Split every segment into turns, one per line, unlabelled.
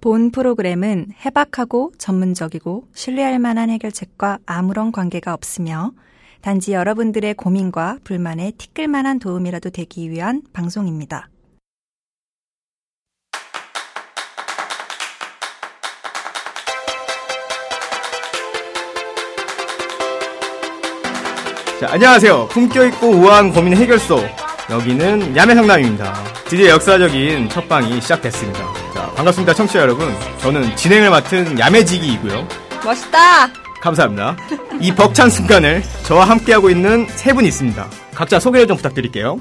본 프로그램은 해박하고 전문적이고 신뢰할 만한 해결책과 아무런 관계가 없으며 단지 여러분들의 고민과 불만에 티끌만한 도움이라도 되기 위한 방송입니다.
자, 안녕하세요. 품격있고 우아한 고민 해결소. 여기는 야매 상담입니다. 드디어 역사적인 첫방이 시작됐습니다. 자, 반갑습니다, 청취자 여러분. 저는 진행을 맡은 야매지기이고요.
멋있다!
감사합니다. 이 벅찬 순간을 저와 함께하고 있는 세 분이 있습니다. 각자 소개를 좀 부탁드릴게요.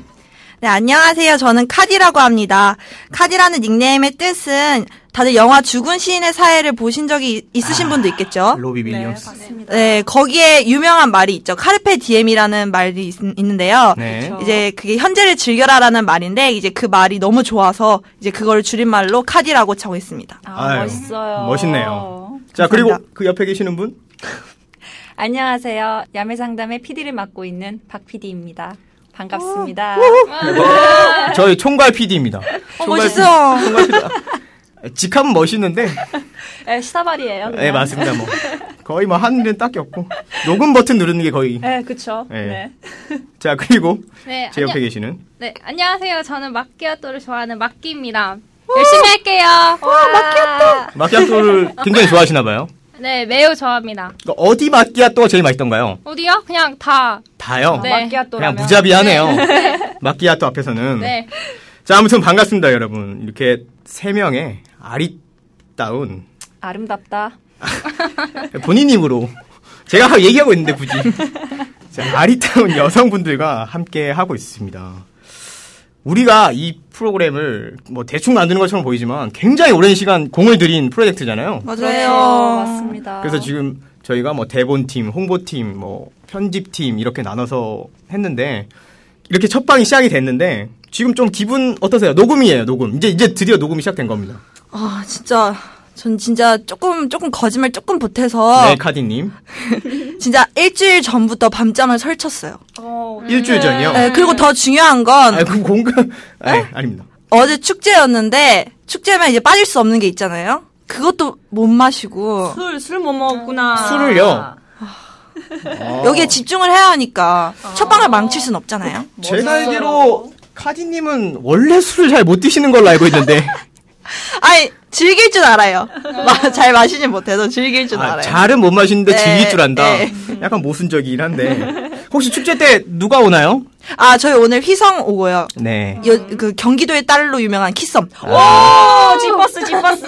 네, 안녕하세요. 저는 카디라고 합니다. 카디라는 닉네임의 뜻은 다들 영화 죽은 시인의 사회를 보신 적이 있- 있으신 분도 있겠죠?
로비 윌리엄스.
네, 거기에 유명한 말이 있죠. 카르페 디엠이라는 말이 있, 는데요
네.
이제 그게 현재를 즐겨라라는 말인데 이제 그 말이 너무 좋아서 이제 그걸 줄임말로 카디라고 정했습니다.
아,
아유,
멋있어요.
멋있네요. 자, 그리고
감사합니다.
그 옆에 계시는 분?
안녕하세요. 야매상담의 PD를 맡고 있는 박 PD입니다. 반갑습니다. 네.
저희 총괄 PD입니다.
어, 멋있어.
총괄 PD. 직함은 멋있는데,
네, 시사발이에요. 그냥.
네, 맞습니다, 뭐. 거의 뭐 하는 일은 딱히 없고. 녹음 버튼 누르는 게 거의.
네, 그쵸.
네.
네.
자, 그리고
네,
제 옆에
안녕-
계시는
네, 안녕하세요. 저는 마끼아또를 좋아하는 마끼입니다. 열심히 할게요. 마끼아또.
마키아토를 굉장히 좋아하시나 봐요.
네, 매우 좋아합니다.
그러니까 어디 마키아토가 제일 맛있던가요?
어디요? 그냥 다.
다요.
네.
그냥
마키아또라면.
무자비하네요. 마키아토 앞에서는.
네.
자, 아무튼 반갑습니다, 여러분. 이렇게 세 명의 아리따운
아름답다.
본인 입으로 제가 얘기하고 있는데 굳이 자, 아리따운 여성분들과 함께 하고 있습니다. 우리가 이 프로그램을 뭐 대충 만드는 것처럼 보이지만 굉장히 오랜 시간 공을 들인 프로젝트잖아요.
그렇죠.
맞아요.
맞습니다.
그래서 지금 저희가 뭐 대본팀, 홍보팀, 뭐 편집팀 이렇게 나눠서 했는데 이렇게 첫 방이 시작이 됐는데 지금 좀 기분 어떠세요? 녹음이에요, 녹음. 이제 이제 드디어 녹음이 시작된 겁니다.
아, 진짜 전 진짜 조금 조금 거짓말 조금 보태서
네, 카디님.
진짜 일주일 전부터 밤잠을 설쳤어요.
어,
일주일 전이요.
네, 그리고 더 중요한 건
음. 아, 그 공간. 아, 아닙니다.
어제 축제였는데 축제면 이제 빠질 수 없는 게 있잖아요. 그것도 못 마시고
어.
술, 술 못 먹었구나.
술을요?
아.
아,
여기에 집중을 해야 하니까
어.
첫 방을 망칠 순 없잖아요.
제가 알기로 카디님은 원래 술을 잘 못 드시는 걸로 알고 있는데
아니 즐길 줄 알아요.
네.
마- 잘 마시진 못해도 즐길 줄
아,
알아요.
잘은 못 마시는데
네,
즐길 줄 안다.
네.
약간 모순적이긴 한데 혹시 축제 때 누가 오나요?
아 저희 오늘 휘성 오고요.
네.
여-
음.
그 경기도의 딸로 유명한 키썸.
아.
어, 지퍼스, 지퍼스.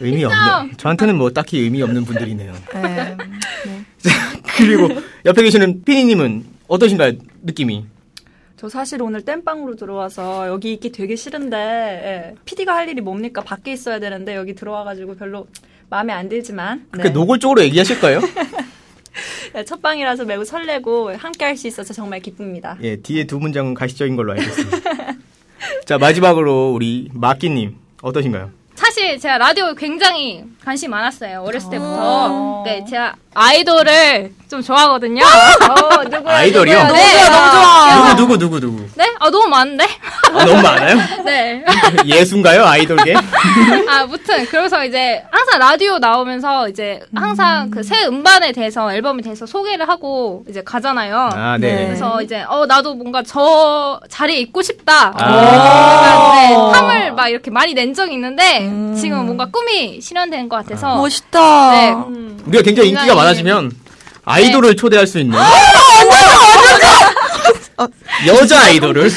의미 없네. 저한테는 뭐 딱히 의미 없는 분들이네요.
네.
그리고 옆에 계시는 피니님은 어떠신가요? 느낌이?
저 사실 오늘 땜빵으로 들어와서 여기 있기 되게 싫은데, 예. PD가 할 일이 뭡니까? 밖에 있어야 되는데, 여기 들어와가지고 별로 마음에 안 들지만.
그렇게 노골적으로 얘기하실 거예요?
네, 첫 방이라서 매우 설레고 함께 할 수 있어서 정말 기쁩니다.
예, 뒤에 두 문장은 가시적인 걸로 알겠습니다. 자, 마지막으로 우리 마끼님 어떠신가요?
사실 제가 라디오에 굉장히 관심 많았어요. 어렸을 때부터. 네, 제가 아이돌을 좀 좋아하거든요.
어, 누구야?
아이돌이요?
누구야?
네.
누구야?
너무 좋아.
누구 누구 누구 누구?
네? 아, 너무 많은데?
아, 너무 많아요?
네.
예순가요 아이돌계?
아, 무튼 그래서 이제 항상 라디오 나오면서 이제 항상 그 새 음반에 대해서 앨범에 대해서 소개를 하고 이제 가잖아요.
아, 네.
네.
그래서 이제 어 나도 뭔가 저 자리에 있고 싶다.
아.
네, 탐을 막 이렇게 많이 낸 적이 있는데 지금 뭔가 꿈이 실현된 것 같아서
음. 멋있다.
네.
우리가 굉장히 인기가
굉장히-
많아지면 아이돌을 초대할 수 있는
어,
여자 아이돌을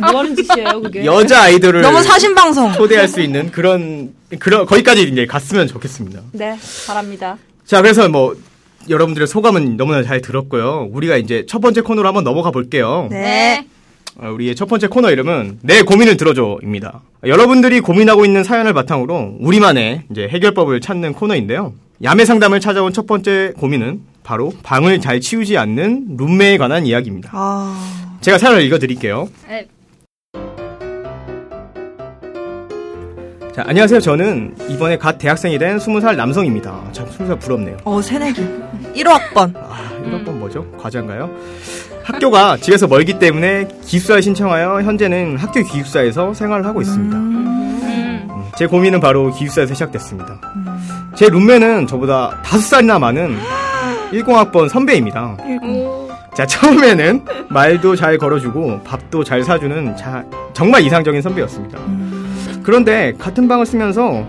뭐 하는 짓이에요, 그게?
여자 아이돌을
너무 사신 방송.
초대할 수 있는 그런 그런 거기까지 이제 갔으면 좋겠습니다.
네, 바랍니다.
자, 그래서 뭐 여러분들의 소감은 너무나 잘 들었고요. 우리가 이제 첫 번째 코너로 한번 넘어가 볼게요.
네.
어, 우리의 첫 번째 코너 이름은 내 고민을 들어줘입니다. 여러분들이 고민하고 있는 사연을 바탕으로 우리만의 이제 해결법을 찾는 코너인데요. 야매 상담을 찾아온 첫 번째 고민은 바로 방을 잘 치우지 않는 룸메에 관한 이야기입니다.
아.
제가 사연을 읽어드릴게요.
네.
자, 안녕하세요. 저는 이번에 갓 대학생이 된 20살 남성입니다. 참, 20살 부럽네요.
어 새내기. 1호 학번.
아, 이런 건 뭐죠? 과자인가요? 학교가 집에서 멀기 때문에 기숙사에 신청하여 현재는 학교 기숙사에서 생활을 하고 있습니다.
음.
음, 제 고민은 바로 기숙사에서 시작됐습니다. 제 룸메는 저보다 다섯 살이나 많은 10학번 선배입니다.
오.
자, 처음에는 말도 잘 걸어주고 밥도 잘 사주는 자- 정말 이상적인 선배였습니다. 그런데 같은 방을 쓰면서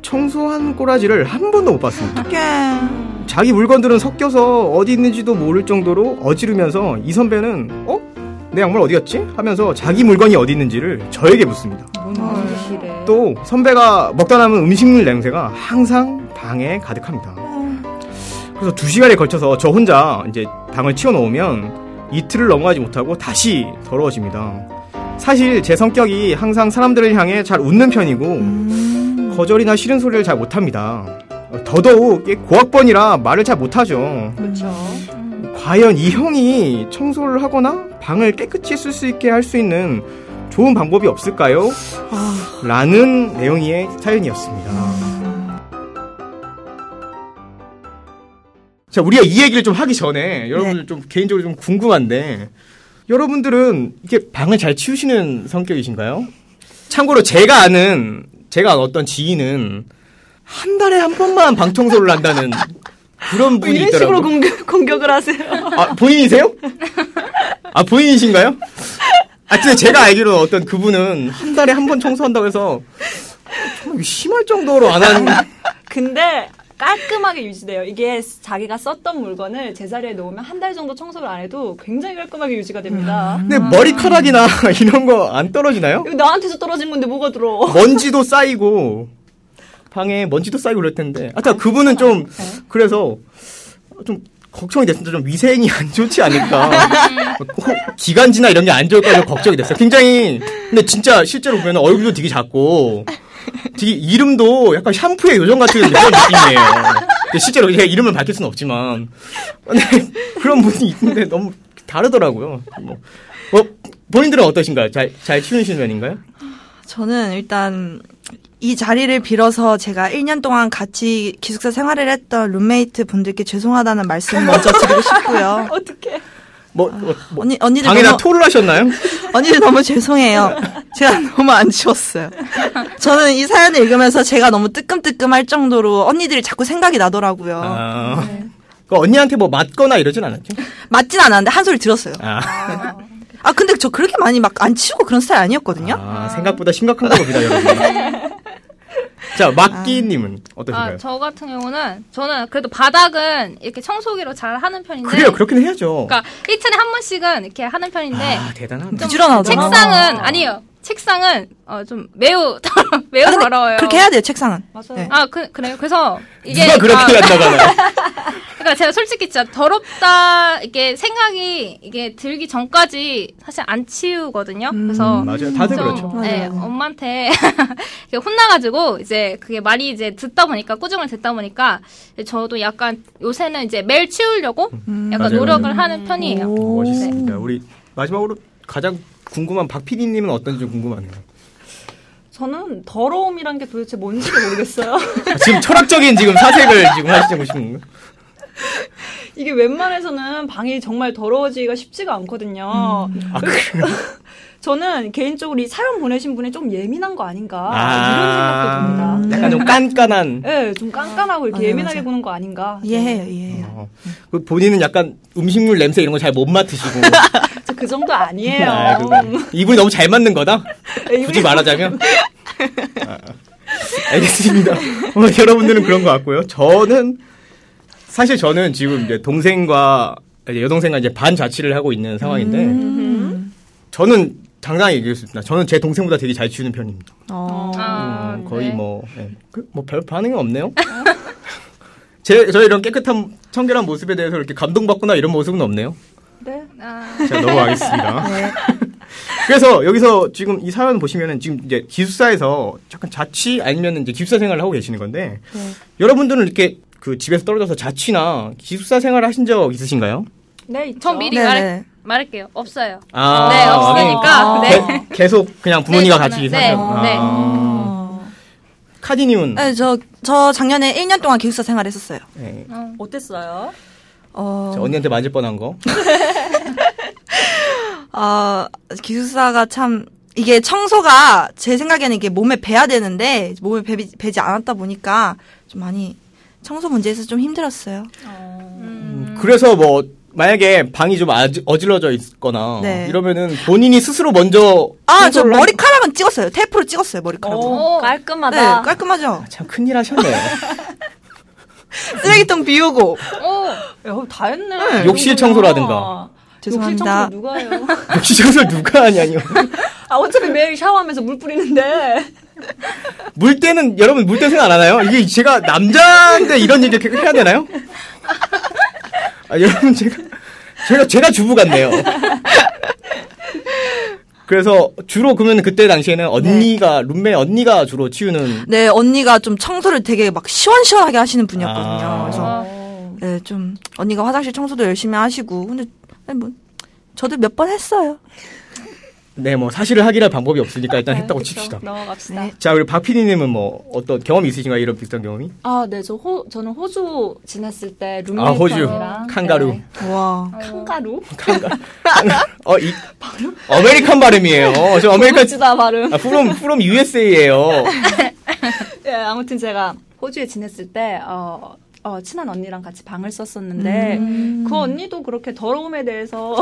청소한 꼬라지를 한 번도 못 봤습니다.
어떡해.
자기 물건들은 섞여서 어디 있는지도 모를 정도로 어지르면서 이 선배는 어? 내 양말 어디 갔지? 하면서 자기 물건이 어디 있는지를 저에게 묻습니다.
뭔 짓이래.
또 선배가 먹다 남은 음식물 냄새가 항상 방에 가득합니다.
어.
그래서 두 시간에 걸쳐서 저 혼자 이제 방을 치워놓으면 이틀을 넘어가지 못하고 다시 더러워집니다. 사실 제 성격이 항상 사람들을 향해 잘 웃는 편이고 거절이나 싫은 소리를 잘 못합니다. 더더욱 이게 고학번이라 말을 잘 못하죠.
그렇죠.
과연 이 형이 청소를 하거나 방을 깨끗이 쓸 수 있게 할 수 있는 좋은 방법이 없을까요?
아.
라는 내용의 사연이었습니다. 자, 우리가 이 얘기를 좀 하기 전에 여러분들
네.
좀 개인적으로 좀 궁금한데 여러분들은 이렇게 방을 잘 치우시는 성격이신가요? 참고로 제가 아는 제가 아는 어떤 지인은 한 달에 한 번만 방 청소를 한다는 그런 분이
이런
있더라고요.
식으로 공격, 공격을 하세요.
아, 본인이세요? 아, 본인이신가요? 아, 근데 제가 알기로 어떤 그분은 한 달에 한 번 청소한다고 해서 정말 심할 정도로 안 하는.
아, 근데 깔끔하게 유지돼요. 이게 자기가 썼던 물건을 제자리에 놓으면 한 달 정도 청소를 안 해도 굉장히 깔끔하게 유지가 됩니다.
근데 머리카락이나 이런 거 안 떨어지나요?
이거 나한테서 떨어진 건데 뭐가 들어?
먼지도 쌓이고, 방에 먼지도 쌓이고 그럴 텐데. 아까 그분은 좀,
네.
그래서 좀 걱정이 됐습니다. 좀 위생이 안 좋지 않을까. 혹 기관지나 이런 게 안 좋을까 좀 걱정이 됐어요. 굉장히, 근데 진짜 실제로 보면 얼굴도 되게 작고, 되게 이름도 약간 샴푸의 요정 같은 그런 느낌이에요. 근데 실제로 얘 이름을 밝힐 수는 없지만. 근데 그런 분이 있는데 너무 다르더라고요. 뭐. 어, 본인들은 어떠신가요? 잘, 잘 치우시는 편인가요?
저는 일단 이 자리를 빌어서 제가 1년 동안 같이 기숙사 생활을 했던 룸메이트 분들께 죄송하다는 말씀 먼저 드리고 싶고요.
어떡해.
뭐, 뭐, 뭐
언니 언니들
방에다
너무
토를 하셨나요?
언니들 너무 죄송해요. 제가 너무 안 치웠어요. 저는 이 사연을 읽으면서 제가 너무 뜨끔뜨끔할 정도로 언니들이 자꾸 생각이 나더라고요.
아. 그 언니한테 뭐 맞거나 이러진 않았죠?
맞진 않았는데 한 소리 들었어요.
아,
아 근데 저 그렇게 많이 막 안 치우고 그런 스타일 아니었거든요.
아, 생각보다 심각한가 봅니다, 여러분. 자, 막기님은 어떠신가요?
아, 저 같은 경우는 저는 그래도 바닥은 이렇게 청소기로 잘 하는 편인데.
그래요, 그렇게는 해야죠.
그러니까 네. 일주일에 한 번씩은 이렇게 하는 편인데
아, 대단하다.
부지런하다.
책상은 아니요. 책상은 어, 좀 매우 더러, 매우
아, 근데
더러워요.
그렇게 해야 돼요 책상은.
맞아요.
네.
아, 그, 그래요. 그래서 이게
누가 그렇게
아,
한다가나요?
그러니까 제가 솔직히 진짜 더럽다 이게 생각이 이게 들기 전까지 사실 안 치우거든요. 그래서
맞아요. 다들
좀,
그렇죠.
네, 엄마한테 이렇게 혼나가지고 이제 그게 많이 이제 듣다 보니까 꾸중을 듣다 보니까 저도 약간 요새는 이제 매일 치우려고 약간
음. 맞아요.
노력을 하는 편이에요.
오, 멋있습니다. 우리 마지막으로 가장 궁금한 박피디님은 어떤지 좀 궁금하네요.
저는 더러움이란 게 도대체 뭔지도 모르겠어요.
아, 지금 철학적인 지금 사색을 지금 하시고 싶은 건가요?
이게 웬만해서는 방이 정말 더러워지기가 쉽지가 않거든요.
아, 그래요?
저는 개인적으로 이 사연 보내신 분이 좀 예민한 거 아닌가 이런
아,
생각도 듭니다.
약간 좀 깐깐한.
예, 좀 깐깐하고 이렇게
맞아요,
예민하게
맞아요.
보는 거 아닌가. 네.
이해해요, 이해해요.
어, 그 본인은 약간 음식물 냄새 이런 거 잘 못 맡으시고.
저그 정도 아니에요.
아, 그거. 이분이 너무 잘 맞는 거다?
예,
굳이
이분이-
말하자면. 아, 알겠습니다. 어, 여러분들은 그런 것 같고요. 저는, 사실 저는 지금 이제 동생과, 이제 여동생과 이제 반 자취를 하고 있는 상황인데, 저는 당당히 얘기했습니다. 저는 제 동생보다 되게 잘 치우는 편입니다.
어.
아,
음, 거의
네.
뭐, 뭐 별 반응이 없네요. 제, 저의 이런 깨끗한 청결한 모습에 대해서 이렇게 감동받거나 이런 모습은 없네요.
네.
아,
자, 넘어가겠습니다.
네.
그래서 여기서 지금 이 사연 보시면은 지금 이제 기숙사에서 잠깐 자취 아니면 이제 기숙사 생활을 하고 계시는 건데
네.
여러분들은 이렇게 그 집에서 떨어져서 자취나 기숙사 생활을 하신 적 있으신가요?
네, 있죠.
전 미리
네,
말,
네.
말할게요. 없어요.
아,
네, 없으니까.
아.
네.
게- 계속 그냥 부모님과
네,
같이
네,
사셨구나.
네.
어.
아. 카디님은
네, 저, 저 작년에 1년 동안 기숙사 생활했었어요.
네,
어땠어요?
어,
저 언니한테 맞을 뻔한 거.
아, 기숙사가 참 이게 청소가 제 생각에는 이게 몸에 배야 되는데 몸에 배, 배지 않았다 보니까 좀 많이 청소 문제에서 좀 힘들었어요.
음.
그래서 뭐 만약에 방이 좀 아지- 어질러져 있거나
네.
이러면은 본인이 스스로 먼저
아, 저
청소를 한-
머리카락은 찍었어요. 테이프로 찍었어요, 머리카락은.
오,
어,
네,
깔끔하다.
깔끔하죠.
아, 참 큰일 하셨네요.
쓰레기통 비우고.
오,
음. 야, 다 했네.
네.
이
욕실
정도면.
청소라든가.
욕실
죄송합니다.
청소 누가 해요?
역시 저걸 누가 하냐니요.
아 어차피 매일 샤워하면서 물 뿌리는데
물 때는 여러분 물 때 생각 안 하나요? 이게 제가 남자인데 이런 얘기 계속 해야 되나요? 아, 여러분 제가 제가 제가 주부 같네요. 그래서 주로 그러면 그때
네.
당시에는 언니가 룸메 언니가 주로 치우는
네, 언니가 좀 청소를 되게 막 시원시원하게 하시는 분이었거든요.
아.
그래서
어,
네, 좀 언니가 화장실 청소도 열심히 하시고. 근데 아니, 뭐 저도 몇 번 했어요.
네 뭐 사실을 확인할 방법이 없으니까 일단 했다고
그쵸.
칩시다.
그렇죠. 넘어갑시다.
네.
자 우리 박PD님은 뭐 어떤 경험이 있으신가요? 이런 비슷한 경험이?
아, 네, 저 호, 저는 호주 지냈을 때
아 호주
룸메이트랑 네.
칸가루
와.
칸가루?
어이 아메리칸 발음이에요. 어, 저 아메리칸
호주다 발음.
아, from from USA예요.
예, 아무튼 제가 호주에 지냈을 때, 어, 어, 친한 언니랑 같이 방을 썼었는데, 그 언니도 그렇게 더러움에 대해서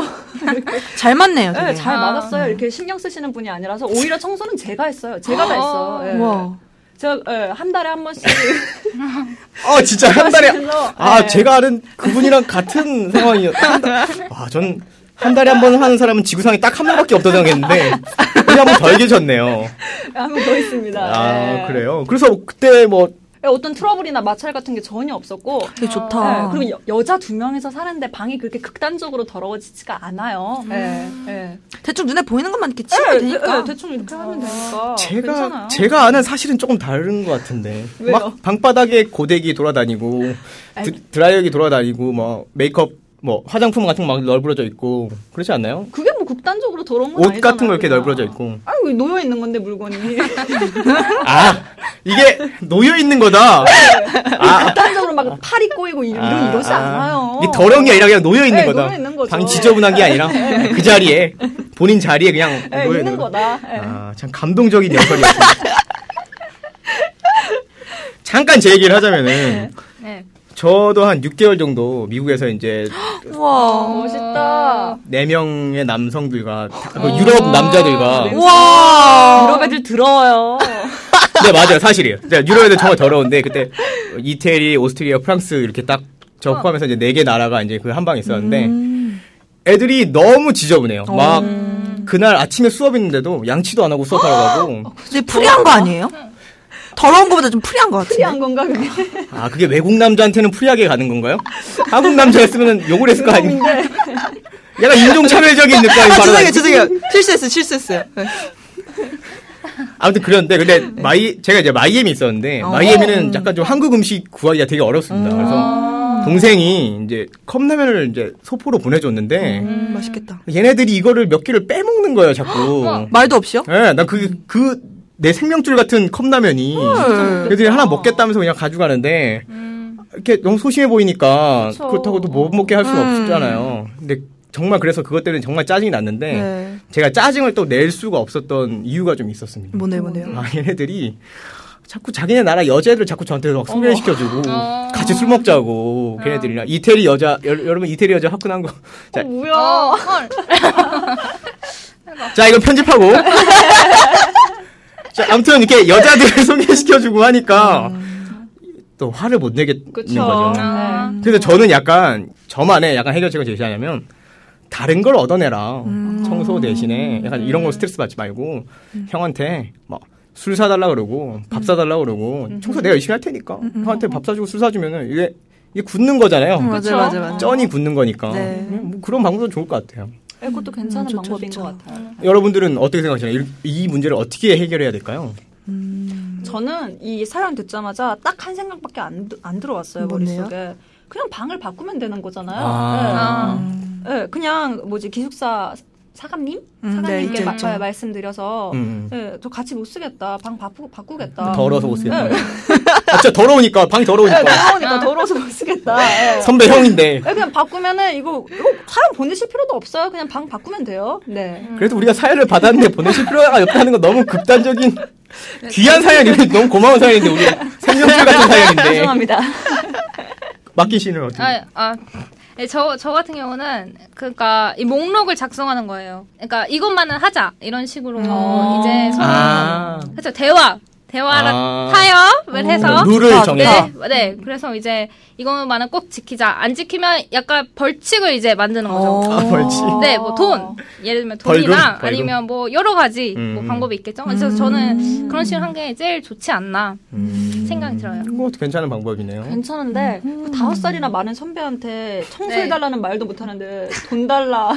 잘 맞네요. 되게.
예, 잘
아.
맞았어요. 이렇게 신경 쓰시는 분이 아니라서, 오히려 청소는 제가 했어요. 제가 다 했어.
아.
예.
와.
제가, 예, 한 달에 한 번씩.
아 진짜 한 달에
하시면서,
아
예.
제가 아는 그분이랑 같은 상황이었어요. 아 저는 한 달에 한 번 하는 사람은 지구상에 딱 한 명밖에 없다 생각했는데 그분이 한 번 덜 계셨네요.
한 번 더 있습니다.
아
예.
그래요. 그래서 그때 뭐
예, 어떤 트러블이나 마찰 같은 게 전혀 없었고,
되게
예,
좋다.
그리고 여, 여자 두 명이서 사는데 방이 그렇게 극단적으로 더러워지지가 않아요. 예, 예.
대충 눈에 보이는 것만 이렇게 치면 되니까.
예, 대충 이렇게 하면 되니까.
제가
어, 괜찮아요.
제가 아는 사실은 조금 다른 것 같은데
왜요?
막 방바닥에 고데기 돌아다니고 드, 라이어기 돌아다니고 뭐 메이크업 뭐 화장품 같은 거 막 널브러져 있고 그렇지 않나요?
그게 뭐 극단적으로 더러운 건
옷
아니잖아요.
같은 거 이렇게
그냥.
널브러져 있고
아, 왜 놓여 있는 건데 물건이
아 이게 놓여 있는 거다. 아,
극단적으로 막 팔이 꼬이고 이런
아,
이러지
아.
않아요.
이게 더러운 게 아니라 그냥 놓여 있는
네,
거다.
놓여 있는 거죠.
방이 지저분한 게 아니라 그 자리에 본인 자리에 그냥
예,
놓여
있는 거다. 예.
아참 감동적인 역할이었습니다. 잠깐 제 얘기를 하자면은
네.
저도 한 6개월 정도 미국에서 이제
와.
멋있다. 어.
네 명의 남성들과 그 유럽
아,
남자들과
와.
유럽 애들 더러워요.
네 맞아요 사실이에요. 진짜 유럽 애들 정말 더러운데 그때 이태리, 오스트리아, 프랑스 이렇게 딱
어.
저 포함해서 이제 네 개 나라가 이제 그 한 방 있었는데
음.
애들이 너무 지저분해요.
어.
막 그날 아침에 수업 있는데도 양치도 안 하고 수업하러
어.
가고
근데 프리한 거 아니에요? 더러운 거보다 좀 프리한 거 같은데.
특이한 건가 그게?
아 그게 외국 남자한테는 프리하게 가는 건가요? 한국 남자였으면 욕을 했을 거 아니에요? 약간 인종차별적인 느낌이
음, 네. 아,
바로
죄송해요,
나요.
죄송해요. 실수했어요, 실수했어요. 네.
아무튼 그런데 근데 마이 제가 이제 마이애미 있었는데
어. 음.
마이애미는 약간 좀 한국 음식 구하기가 되게 어렵습니다. 그래서 동생이 이제 컵라면을 이제 소포로 보내줬는데
음.
맛있겠다.
얘네들이 이거를 몇 개를 빼먹는 거예요 자꾸.
말도 없이요?
예, 난그 그 내 생명줄 같은 컵라면이 애들이 하나 먹겠다면서 그냥 가져가는데 이렇게 너무 소심해 보이니까
그쵸.
그렇다고 또 못 먹게 할 수는
음.
없잖아요. 근데 정말 그래서 그것 때문에 정말 짜증이 났는데
네.
제가 짜증을 또 낼 수가 없었던 이유가 좀 있었습니다.
뭐네요,
음,
뭐네요.
아, 얘네들이 자꾸 자기네 나라 여자애들 자꾸 저한테 막 소개시켜주고
어.
같이 술 먹자고 걔네들이랑 이태리 여자 여, 러분 이태리 여자 화끈한 거. 자,
어,
뭐야?
헐.
네.
자 이거 편집하고. 자 아무튼 이렇게 여자들을 소개시켜주고 하니까 또 화를 못 내겠는
그쵸.
거죠.
아.
네.
음.
그래서 저는 약간 저만의 약간 해결책을 제시하냐면 다른 걸 얻어내라.
음.
청소 대신에 약간 이런 거 스트레스 받지 말고 형한테 막 술 사달라 그러고
음.
밥 사달라 그러고 청소 내가 열심히 할 테니까 형한테 밥 사주고 술 사주면은 이게 이게 굳는 거잖아요.
맞아, 음, 맞아, 맞아.
쩐이 굳는 거니까
네.
뭐 그런 방법도 좋을 것 같아요.
예, 그것도 괜찮은
좋죠,
방법인
좋죠.
것 같아요.
여러분들은 어떻게 생각하시나요? 이- 이 문제를 어떻게 해결해야 될까요?
음. 저는 이 사연 듣자마자 딱 한 생각밖에 안, 드- 안 들어왔어요
뭔데요?
머릿속에 그냥 방을 바꾸면 되는 거잖아요
아.
예. 예, 그냥 뭐지 기숙사 사감님
음,
사감님께
네, 있죠,
마-
있죠.
예, 말씀드려서
음,
예, 저 같이 못 쓰겠다 방 바꾸, 바꾸겠다
더러워서 못 쓰겠다.
예.
아, 진짜 더러우니까 방이 더러우니까.
네. 어, 더러우니까 더러워서 못 미치겠다. 예.
선배 형인데.
예, 그냥 바꾸면은 이거 이거 사연 보내실 필요도 없어요. 그냥 방 바꾸면 돼요. 네.
그래도 우리가 사연을 받았는데 보내실 필요가 없다는 건 너무 극단적인 귀한 사연이고 너무 고마운 사연인데 우리 생명줄 같은 사연인데
죄송합니다.
네.
맡긴 씨는 어떻게?
아, 아. 네, 저, 저 같은 경우는, 그니까, 이 목록을 작성하는 거예요. 그니까, 이것만은 하자. 이런 식으로,
어.
이제 서로,
아.
그쵸, 대화. 대화를
아. 그러니까
타협을 해서.
룰을 정해.
네, 네. 그래서 이제, 이거만은 꼭 지키자. 안 지키면 약간 벌칙을 이제 만드는
어.
거죠.
아, 벌칙.
어.
네, 뭐 돈. 예를 들면
벌금,
돈이나
벌금.
아니면 뭐 여러 가지
음.
뭐 방법이 있겠죠. 그래서
음.
저는 그런 식으로 한 게 제일 좋지 않나
음.
생각이 들어요.
그것도 괜찮은 방법이네요.
괜찮은데
음.
그 다섯 살이나 많은 선배한테
네.
청소해달라는 말도 못하는데 돈 달라.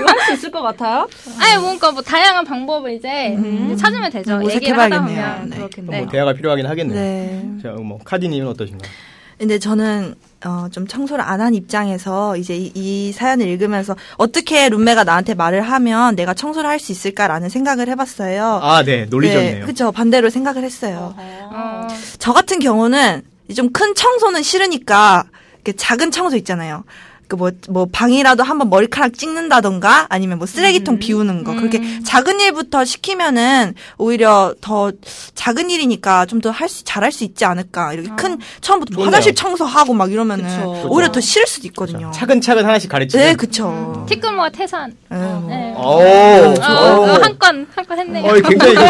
이거 할 수 있을 것 같아요?
아예 뭔가 뭐 다양한 방법을 이제 찾으면 되죠.
음,
얘기를
모색해봐야겠네요.
하다 보면
네.
그렇겠네.
뭐 대화가 필요하긴 하겠네요.
네.
자, 뭐 카디님은 어떠신가요?
근데 저는 어, 좀 청소를 안 한 입장에서 이제 이, 이 사연을 읽으면서 어떻게 룸메가 나한테 말을 하면 내가 청소를 할 수 있을까라는 생각을 해봤어요.
아, 네, 논리적이네요.
그렇죠. 반대로 생각을 했어요.
아.
어,
저 같은 경우는 좀 큰 청소는 싫으니까 이렇게 작은 청소 있잖아요. 그 뭐 뭐 방이라도 한번 머리카락 찍는다던가 아니면 뭐 쓰레기통
음.
비우는 거 그렇게 작은 일부터 시키면은 오히려 더 작은 일이니까 좀 더 할 수 잘할 수 있지 않을까 이렇게 큰 처음부터 뭐
좋네요.
화장실 청소하고 막 이러면은
아. 그쵸.
오히려 더 싫을 수도 있거든요.
차근차근 하나씩 가르치는.
네,
음.
그쵸.
티끌모아 태산.
네.
네.
오,
어, 한 건, 한 건 했네요.
어, 굉장히 이거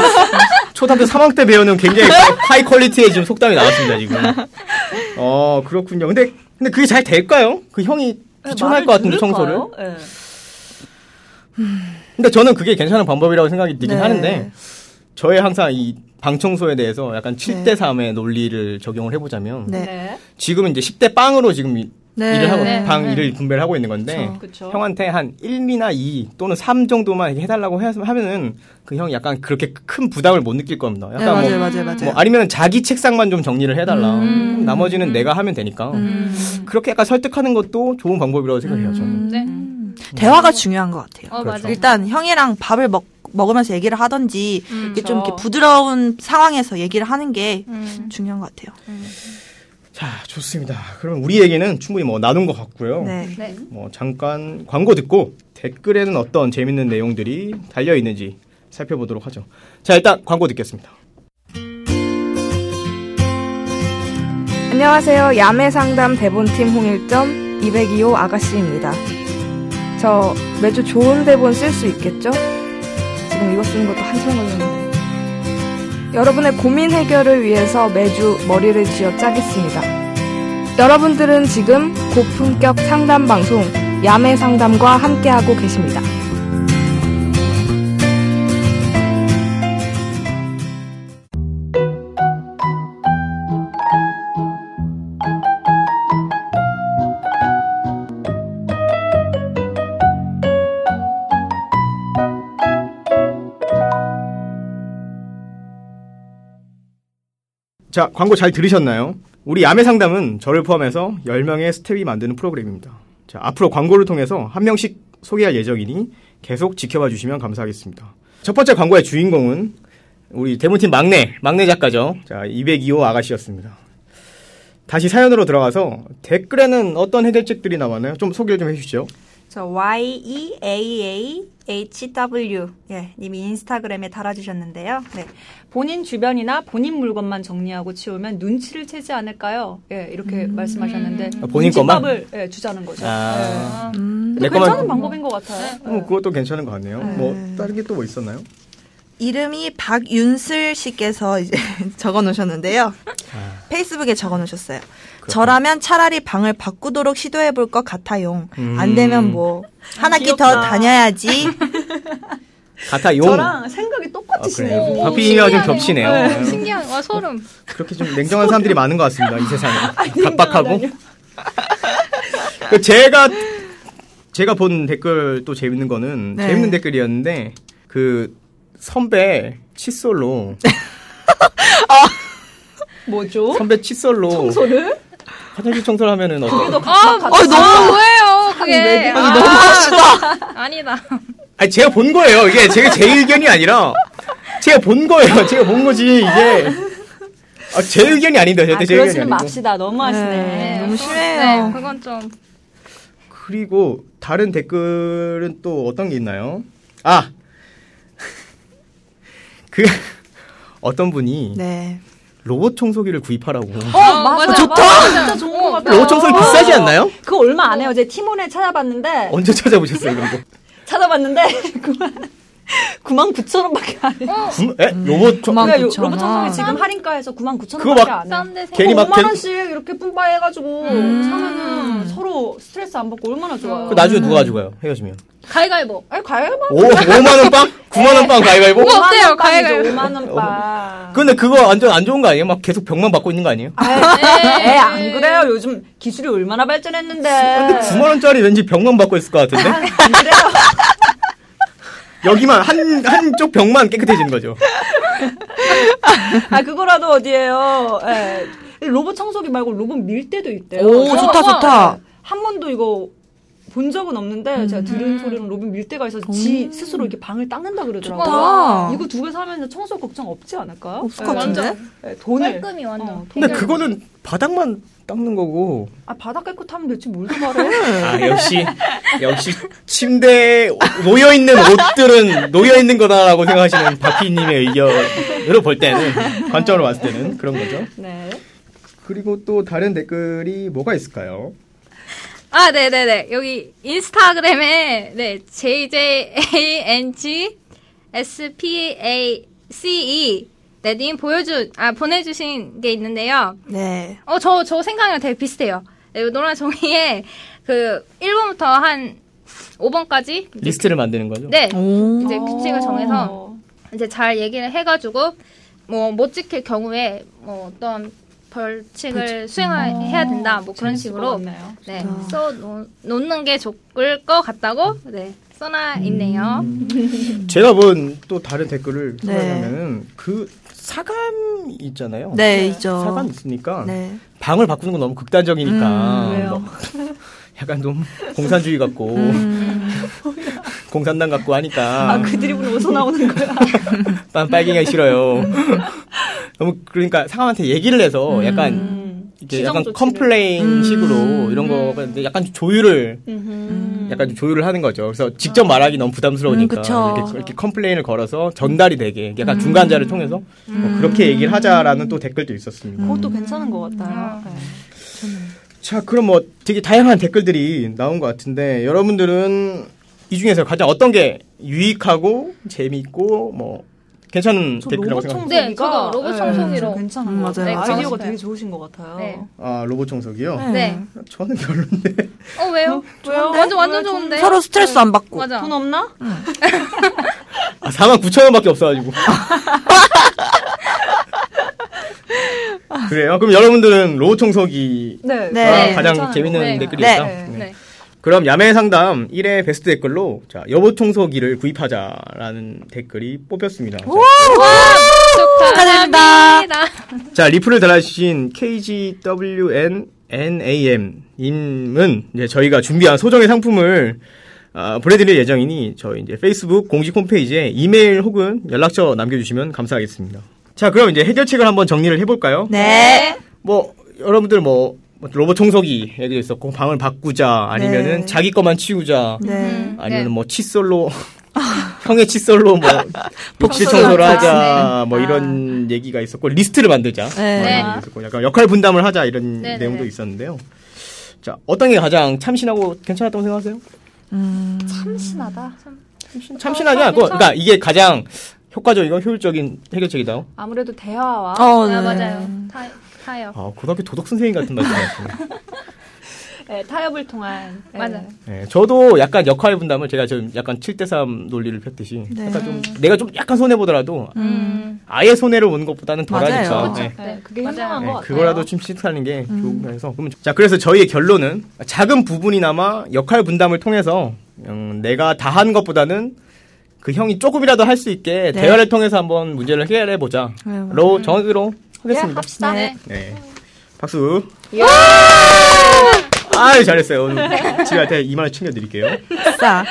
초등학교 3학년 때 배우는 굉장히 하이 퀄리티의 지금 속담이 나왔습니다 지금. 어 그렇군요. 근데 근데 그게 잘 될까요? 그 형이
네,
귀찮아할 것 같은데 청소를.
네.
근데 저는 그게 괜찮은 방법이라고 생각이 들긴
네.
하는데 저의 항상 이 방청소에 대해서 약간 7대
네.
3의 논리를 적용을 해보자면
네.
네.
지금은 이제 10대 빵으로 지금 이-
네.
일을 하고
네.
방
네.
일을 분배를 하고 있는 건데
그쵸.
그쵸.
형한테 한 1미나 2 또는 3 정도만 이렇게 해달라고 해서 하면은 그 형이 약간 그렇게 큰 부담을 못 느낄 겁니다.
네,
약간 뭐
맞아요, 맞아요, 맞아요.
뭐 아니면 자기 책상만 좀 정리를 해달라.
음.
나머지는 내가 하면 되니까. 그렇게 약간 설득하는 것도 좋은 방법이라고 생각해요. 저는.
음.
네.
음.
음. 대화가 중요한 것 같아요.
어,
그렇죠.
맞아요.
일단 형이랑 밥을 먹, 먹으면서 얘기를 하던지
음,
이게 좀
그렇죠.
이렇게 부드러운 상황에서 얘기를 하는 게
음.
중요한 것 같아요.
자, 좋습니다. 그러면 우리 얘기는 충분히 뭐 나눈 것 같고요.
네.
네.
뭐 잠깐 광고 듣고 댓글에는 어떤 재밌는 내용들이 달려 있는지 살펴보도록 하죠. 자, 일단 광고 듣겠습니다.
안녕하세요. 야매 상담 대본팀 홍일점 202호 아가씨입니다. 저 매주 좋은 대본 쓸 수 있겠죠? 지금 이거 쓰는 것도 한참 걸렸는데. 여러분의 고민 해결을 위해서 매주 머리를 쥐어 짜겠습니다. 여러분들은 지금 고품격 상담 방송 야매 상담과 함께하고 계십니다.
자, 광고 잘 들으셨나요? 우리 야매 상담은 저를 포함해서 10명의 스텝이 만드는 프로그램입니다. 자, 앞으로 광고를 통해서 한 명씩 소개할 예정이니 계속 지켜봐 주시면 감사하겠습니다. 첫 번째 광고의 주인공은 우리 대문팀 막내, 막내 작가죠. 자, 202호 아가씨였습니다. 다시 사연으로 들어가서 댓글에는 어떤 해결책들이 나왔나요? 좀 소개를 좀 해주시죠.
저 Y E A A H W 예 님이 인스타그램에 달아주셨는데요. 네. 본인 주변이나 본인 물건만 정리하고 치우면 눈치를 채지 않을까요? 예 이렇게 말씀하셨는데
음. 아, 본인 것만?
눈치밥을 예, 주자는 거죠.
아,
아,
내
예.
것만-
괜찮은 방법인 것 같아요. 네.
어, 그것도 괜찮은 것 같네요. 뭐 다른 게 또 뭐 있었나요?
이름이 박윤슬 씨께서 이제 적어 놓으셨는데요. 아. 페이스북에 적어 놓으셨어요. 저라면 차라리 방을 바꾸도록 시도해 볼 것 같아요.
음.
안 되면 뭐, 한 학기 더
귀엽다.
다녀야지.
가타 용.
저랑 생각이 똑같으시네요.
아, 그래요?
오.
박빙이가 좀
어. 신기하네요.
겹치네요.
네, 신기한, 와, 소름.
그렇게 좀 냉정한 사람들이 많은 것 같습니다. 이 세상에.
아,
각박하고. 그 제가 제가 본 댓글 또 재밌는 거는
네.
재밌는 댓글이었는데 그 선배 칫솔로
뭐죠?
선배 칫솔로
어? 청소를?
화장실 청소를 하면은 어때? 네,
너
아,
각각
어, 너무 뭐예요, 그게. 아니, 너무 하시다. 아니다.
아니 제가 본 거예요. 이게 제가 제 의견이 아니라 제가 본 거예요. 제가 본 거지 이게. 아, 제 의견이 아닌데
아,
절대 제 의견이
그러지는
아니고.
맙시다. 너무하시네.
네. 너무
그건-
심해요.
네, 그건 좀
그리고 다른 댓글은 또 어떤 게 있나요? 아, 그 어떤 분이
네.
로봇 청소기를 구입하라고.
어, 맞아.
맞아,
좋다.
맞아.
진짜 좋은 것 같아요.
로봇 청소기 비싸지 않나요?
그거 얼마 안 해요. 제 티몬에 찾아봤는데
언제 찾아보셨어요, 그런 거?
찾아봤는데 9만 9만 9천 원밖에 안 해요.
음, 구- 에? 로봇 청
그러니까 요-
9천
로봇 청소기
원.
지금 할인가에서 9만 9천
아. 그거
원밖에
막
안 해요.
싼데 생
괜히
괜히
막
막 5만
괜-
원씩 이렇게 뿜빠이 해가지고
음.
사면은 서로 스트레스 안 받고 얼마나 좋아요.
그 나중에 누가 가져가요? 헤어지면.
가위가위보.
아니 과연
어,
뭐?
오, 5만 원 빵? 9만 원 빵 가위바위보?
우와. 어때요?
5만 원 빵.
근데 그거 완전 안 좋은 거 아니에요? 막 계속 병만 받고 있는 거 아니에요?
네.
네, 에안 그래요. 요즘 기술이 얼마나 발전했는데.
9만 원짜리 왠지 병만 받고 있을 것 같은데?
안 그래요?
여기만 한 한쪽 병만 깨끗해지는 거죠.
아 그거라도 어디에요? 예. 로봇 청소기 말고 로봇 밀대도 있대요.
오,
저
좋다, 좋다.
한 번도 이거 본 적은 없는데
음.
제가 들은 소리는 로봇 밀대가 있어서 지 스스로 이렇게 방을 닦는다 그러더라고요.
좋다.
이거 두 개 사면 청소 걱정 없지 않을까요?
없을
예,
것 같은데?
네,
네.
완전
예, 돈을
깔끔이 완전.
어,
근데 그거는 바닥만 닦는 거고.
아 바닥 깨끗하면 됐지 뭘더 말해?
아 역시 역시 침대에 놓여 있는 옷들은 놓여 있는 거다라고 생각하시는 박희님의 의견으로 볼 때는 관점으로 봤을 때는 그런 거죠.
네.
그리고 또 다른 댓글이 뭐가 있을까요?
아, 네네네. 여기 인스타그램에, 네, JJANGSPACE. 네, 님 보여준, 아, 보내주신 게 있는데요.
네.
어, 저, 저 생각이랑 되게 비슷해요. 네, 요 노란 종이에, 그, 1번부터 한 5번까지.
리스트를 만드는 거죠.
네.
오.
아.
이제 규칙을 정해서, 이제 잘 얘기를 해가지고, 뭐, 못 지킬 경우에, 뭐, 어떤 벌칙을 수행해야 된다. 뭐, 그런 식으로.
나요.
네,
아.
써 놓, 는게 좋을 것 같다고 네, 써놔 있네요.
제가 본 또 다른 댓글을
네.
보면은 그 사감 있잖아요.
네, 이죠.
사감 있으니까
네.
방을 바꾸는 건 너무 극단적이니까
음,
왜요?
뭐 약간 좀 공산주의 같고
음.
공산당 같고 하니까
아 그들이 보면 어디서 나오는 거야?
난 빨갱이가 싫어요. 너무 그러니까 사감한테 얘기를 해서 약간
음.
이게
시정
약간
조치를.
컴플레인 식으로
음.
이런 거가 있는데 약간 조율을
음흠.
약간 좀 조율을 하는 거죠. 그래서 직접 말하기 너무
음,
부담스러우니까
그쵸.
이렇게, 이렇게 컴플레인을 걸어서 전달이 되게 약간
음.
중간자를 통해서 뭐 그렇게 얘기를 하자라는 또 댓글도 있었습니다.
그것도 괜찮은 것
어. 음.
같아요. 네.
자, 그럼 뭐 되게 다양한 댓글들이 나온 것 같은데 여러분들은 이 중에서 가장 어떤 게 유익하고 재미있고 뭐 괜찮은
저
댓글이라고
로봇
생각합니다.
네, 저도 로봇 청소기로.
괜찮아요.
음, 맞아요.
네,
맞아요.
아이디어가
맞아요.
되게 좋으신 것 같아요.
네.
아, 로봇 청소기요?
네.
저는 별론데.
어 왜요?
왜요?
완전 완전
왜요?
좋은데.
서로 스트레스 안 받고.
네. 맞아.
돈 없나?
아, 4만 9천 원밖에 없어가지고. 그래요? 그럼 여러분들은 로봇 청소기
네.
네.
아, 가장
괜찮아요.
재밌는
네.
댓글이
네.
있다.
네.
네.
네.
그럼 야매 상담 1회 베스트 댓글로 자 여보 청소기를 구입하자라는 댓글이 뽑혔습니다. 자,
축하드립니다.
자 리플을 달아주신 KGWN NAM 님은 이제 저희가 준비한 소정의 상품을 아, 보내드릴 예정이니 저희 이제 페이스북 공식 홈페이지에 이메일 혹은 연락처 남겨주시면 감사하겠습니다. 자 그럼 이제 해결책을 한번 정리를 해볼까요?
네.
뭐 여러분들 뭐 로봇 청소기 얘기도 있었고 방을 바꾸자 아니면은
네.
자기 것만 치우자
음,
네. 아.
아니면 뭐 칫솔로 형의 칫솔로 뭐 복실 청소를 하자 뭐 이런 얘기가 있었고 리스트를 만들자
아.
뭐
네.
이런
네.
얘기가 있었고 약간 역할 분담을 하자 이런
네, 네.
내용도 있었는데요. 자 어떤 게 가장 참신하고 괜찮았다고 생각하세요?
음.
참신하다.
참신하지 않고 그러니까 이게 가장 효과적이고 효율적인 해결책이다.
아무래도 대화와
어,
아,
네.
맞아요. 타, 타요.
아 고등학교 도덕 선생님 같은 말씀이시네요.
네, 타협을 통한 네.
맞아요.
네, 저도 약간 역할 분담을 제가 지금 약간 7대3 논리를 폈듯이
네.
약간 좀 내가 좀 약간 손해 보더라도
음.
아예 손해를 보는 것보다는
맞아요.
덜하니까
그쵸.
네.
네,
네.
그게
맞아요.
현명한
네,
것 같아요. 음.
그거라도 좀 시트하는 게 좋은 거라서 그럼 자 그래서 저희의 결론은 작은 부분이나마 역할 분담을 통해서 음, 내가 다 한 것보다는 그 형이 조금이라도 할 수 있게
네.
대화를 통해서 한번 문제를 해결해
네.
보자로 정의로
예,
하겠습니다.
합시다. 예.
네.
네. 박수. 아유, 잘했어요. 오늘 지한테 2만원 챙겨드릴게요.
싸.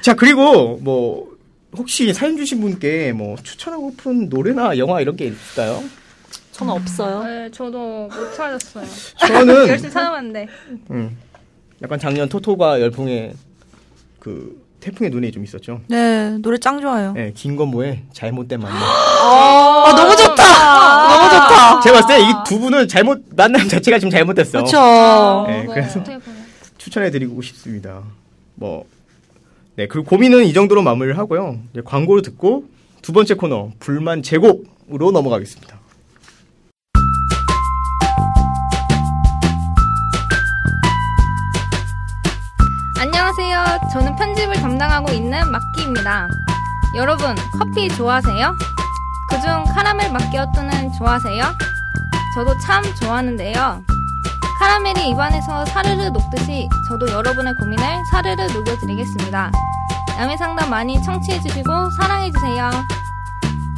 자, 그리고 뭐, 혹시 사연 주신 분께 뭐, 추천하고픈 노래나 영화 이런 게 있을까요?
저는 없어요.
네, 저도 못 찾았어요.
저는
열심히 찾아봤는데.
음, 약간 작년 토토가 열풍에 그 태풍의 눈에 좀 있었죠.
네, 노래 짱 좋아요.
네, 김건모의 잘못된 만남.
아, 너무 좋다! 너무 좋다!
제가 봤을 때 이 두 분은 잘못 만남 자체가 지금 잘못됐어.
그쵸.
네,
뭐
그래서-
어떻게 보면.
추천해드리고 싶습니다. 뭐, 네, 그리고 고민은 이 정도로 마무리를 하고요. 이제 광고를 듣고 두 번째 코너, 불만 제곡으로 넘어가겠습니다.
안녕하세요. 저는 편집을 담당하고 있는 막기입니다. 여러분, 커피 좋아하세요? 그중 카라멜 마끼아 또는 좋아하세요? 저도 참 좋아하는데요. 카라멜이 입안에서 사르르 녹듯이 저도 여러분의 고민을 사르르 녹여드리겠습니다. 남의 상담 많이 청취해주시고 사랑해주세요.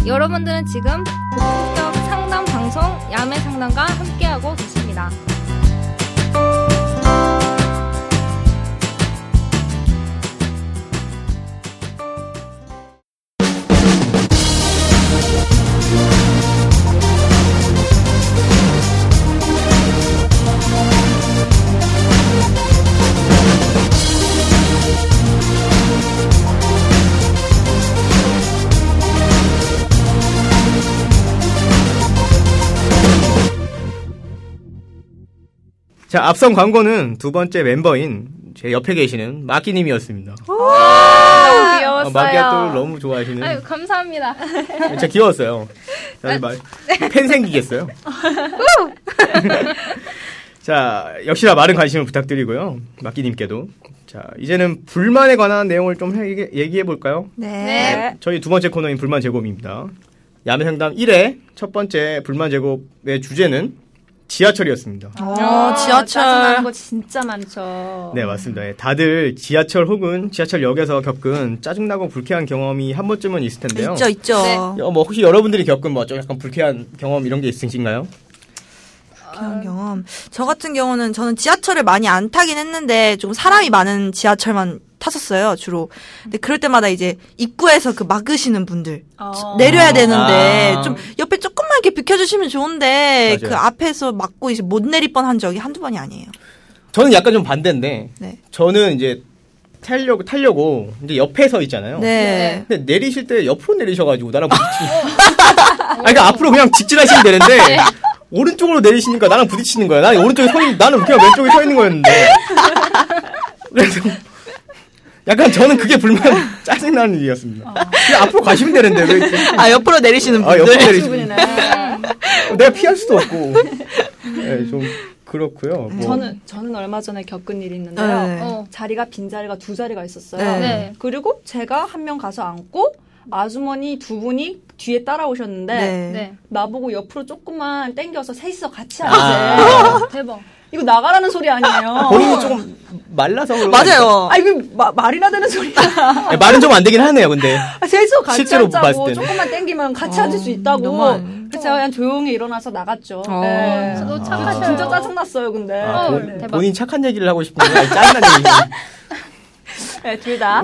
여러분들은 지금 본격 상담 방송 야매 상담과 함께하고 계십니다.
자, 앞선 광고는 두 번째 멤버인 제 옆에 계시는 마키님이었습니다.
너무
아, 마키아토를 너무 좋아하시는.
아유, 감사합니다.
진짜 귀여웠어요.
아,
자, 말,
네.
팬 생기겠어요. 자, 역시나 많은 관심을 부탁드리고요. 마키님께도. 자, 이제는 불만에 관한 내용을 좀 얘기해 볼까요?
네.
네.
저희 두 번째 코너인 불만 제곱입니다. 야매 상담 1회 첫 번째 불만 제곱의 주제는 지하철이었습니다.
아,
어, 지하철.
아, 짜증나는 거 진짜 많죠.
네, 맞습니다. 예, 다들 지하철 혹은 지하철역에서 겪은 짜증나고 불쾌한 경험이 한 번쯤은 있을 텐데요.
있죠, 있죠.
네.
어, 뭐 혹시 여러분들이 겪은 뭐좀 약간 불쾌한 경험 이런 게 있으신가요?
그런 경험. 저 같은 경우는 저는 지하철을 많이 안 타긴 했는데 좀 사람이 많은 지하철만 탔었어요, 주로. 근데 그럴 때마다 이제 입구에서 그 막으시는 분들.
아.
어.
내려야 되는데
아.
좀 옆에 조금만 이렇게 비켜주시면 좋은데
맞아요.
그 앞에서 막고 이제 못 내릴 뻔한 적이 한두 번이 아니에요.
저는 약간 좀 반대인데
네.
저는 이제 타려고 타려고 이제 옆에서 있잖아요.
네.
근데 내리실 때 옆으로 내리셔가지고 나랑 부딪히는 아니 그러니까 앞으로 그냥 직진하시면 되는데 오른쪽으로 내리시니까 나랑 부딪히는 거야 나는 오른쪽에 서 있는 나는 그냥 왼쪽에 서 있는 거였는데 그래서 약간 저는 그게 불만 짜증나는 일이었습니다 그냥 앞으로 가시면 되는데 왜 이렇게
네.
아, 옆으로 내리시는
아,
분들. 네.
옆으로 내리시면
음.
내가 피할 수도 없고 네, 좀 그렇고요
음,
뭐.
저는 저는 얼마 전에 겪은 일이 있는데요.
네.
어.
자리가 빈 자리가 두 자리가 있었어요.
네.
네.
그리고 제가 한 명 가서 앉고 아주머니 두 분이 뒤에 따라오셨는데
네.
네.
나보고 옆으로 조금만 땡겨서 셋이서 같이 앉으
아.
대박.
이거 나가라는 소리 아니에요.
어.
본인이 조금 말라서 그런 거
맞아요.
아 이거 마- 말이나 되는 소리야.
아닐까요? 말은 좀 안 되긴 하네요 근데
아, 셋이서 같이
실제로 봤을
앉자고
때는. 어.
조금만 땡기면 같이 앉을 수 있다고.
너무하네.
그래서 제가 그냥 조용히 일어나서 나갔죠.
어.
네.
저도
아.
착하셔요.
진짜 짜증났어요, 근데.
아,
어,
본,
대박.
본인 착한 얘기를 하고 싶은데 짜증나는 얘기 그
네, 둘 다.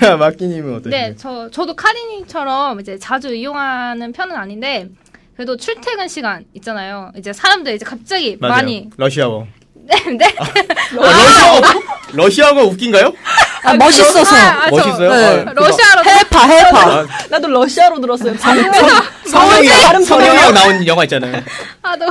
자, 마키님은 어떠세요?
네, 저 저도 카리님처럼 이제 자주 이용하는 편은 아닌데 그래도 출퇴근 시간 있잖아요. 이제 사람들 이제 갑자기
맞아요.
많이
러시아워.
네, 네.
러시아워 러시아가 웃긴가요?
아, 멋있어서.
아, 아, 저-
멋있어요? 아,
러시아로
해파, 해파.
아,
나도 러시아로 들었어요.
성형이랑 성형이랑 나온 영화 있잖아요.
아, 너,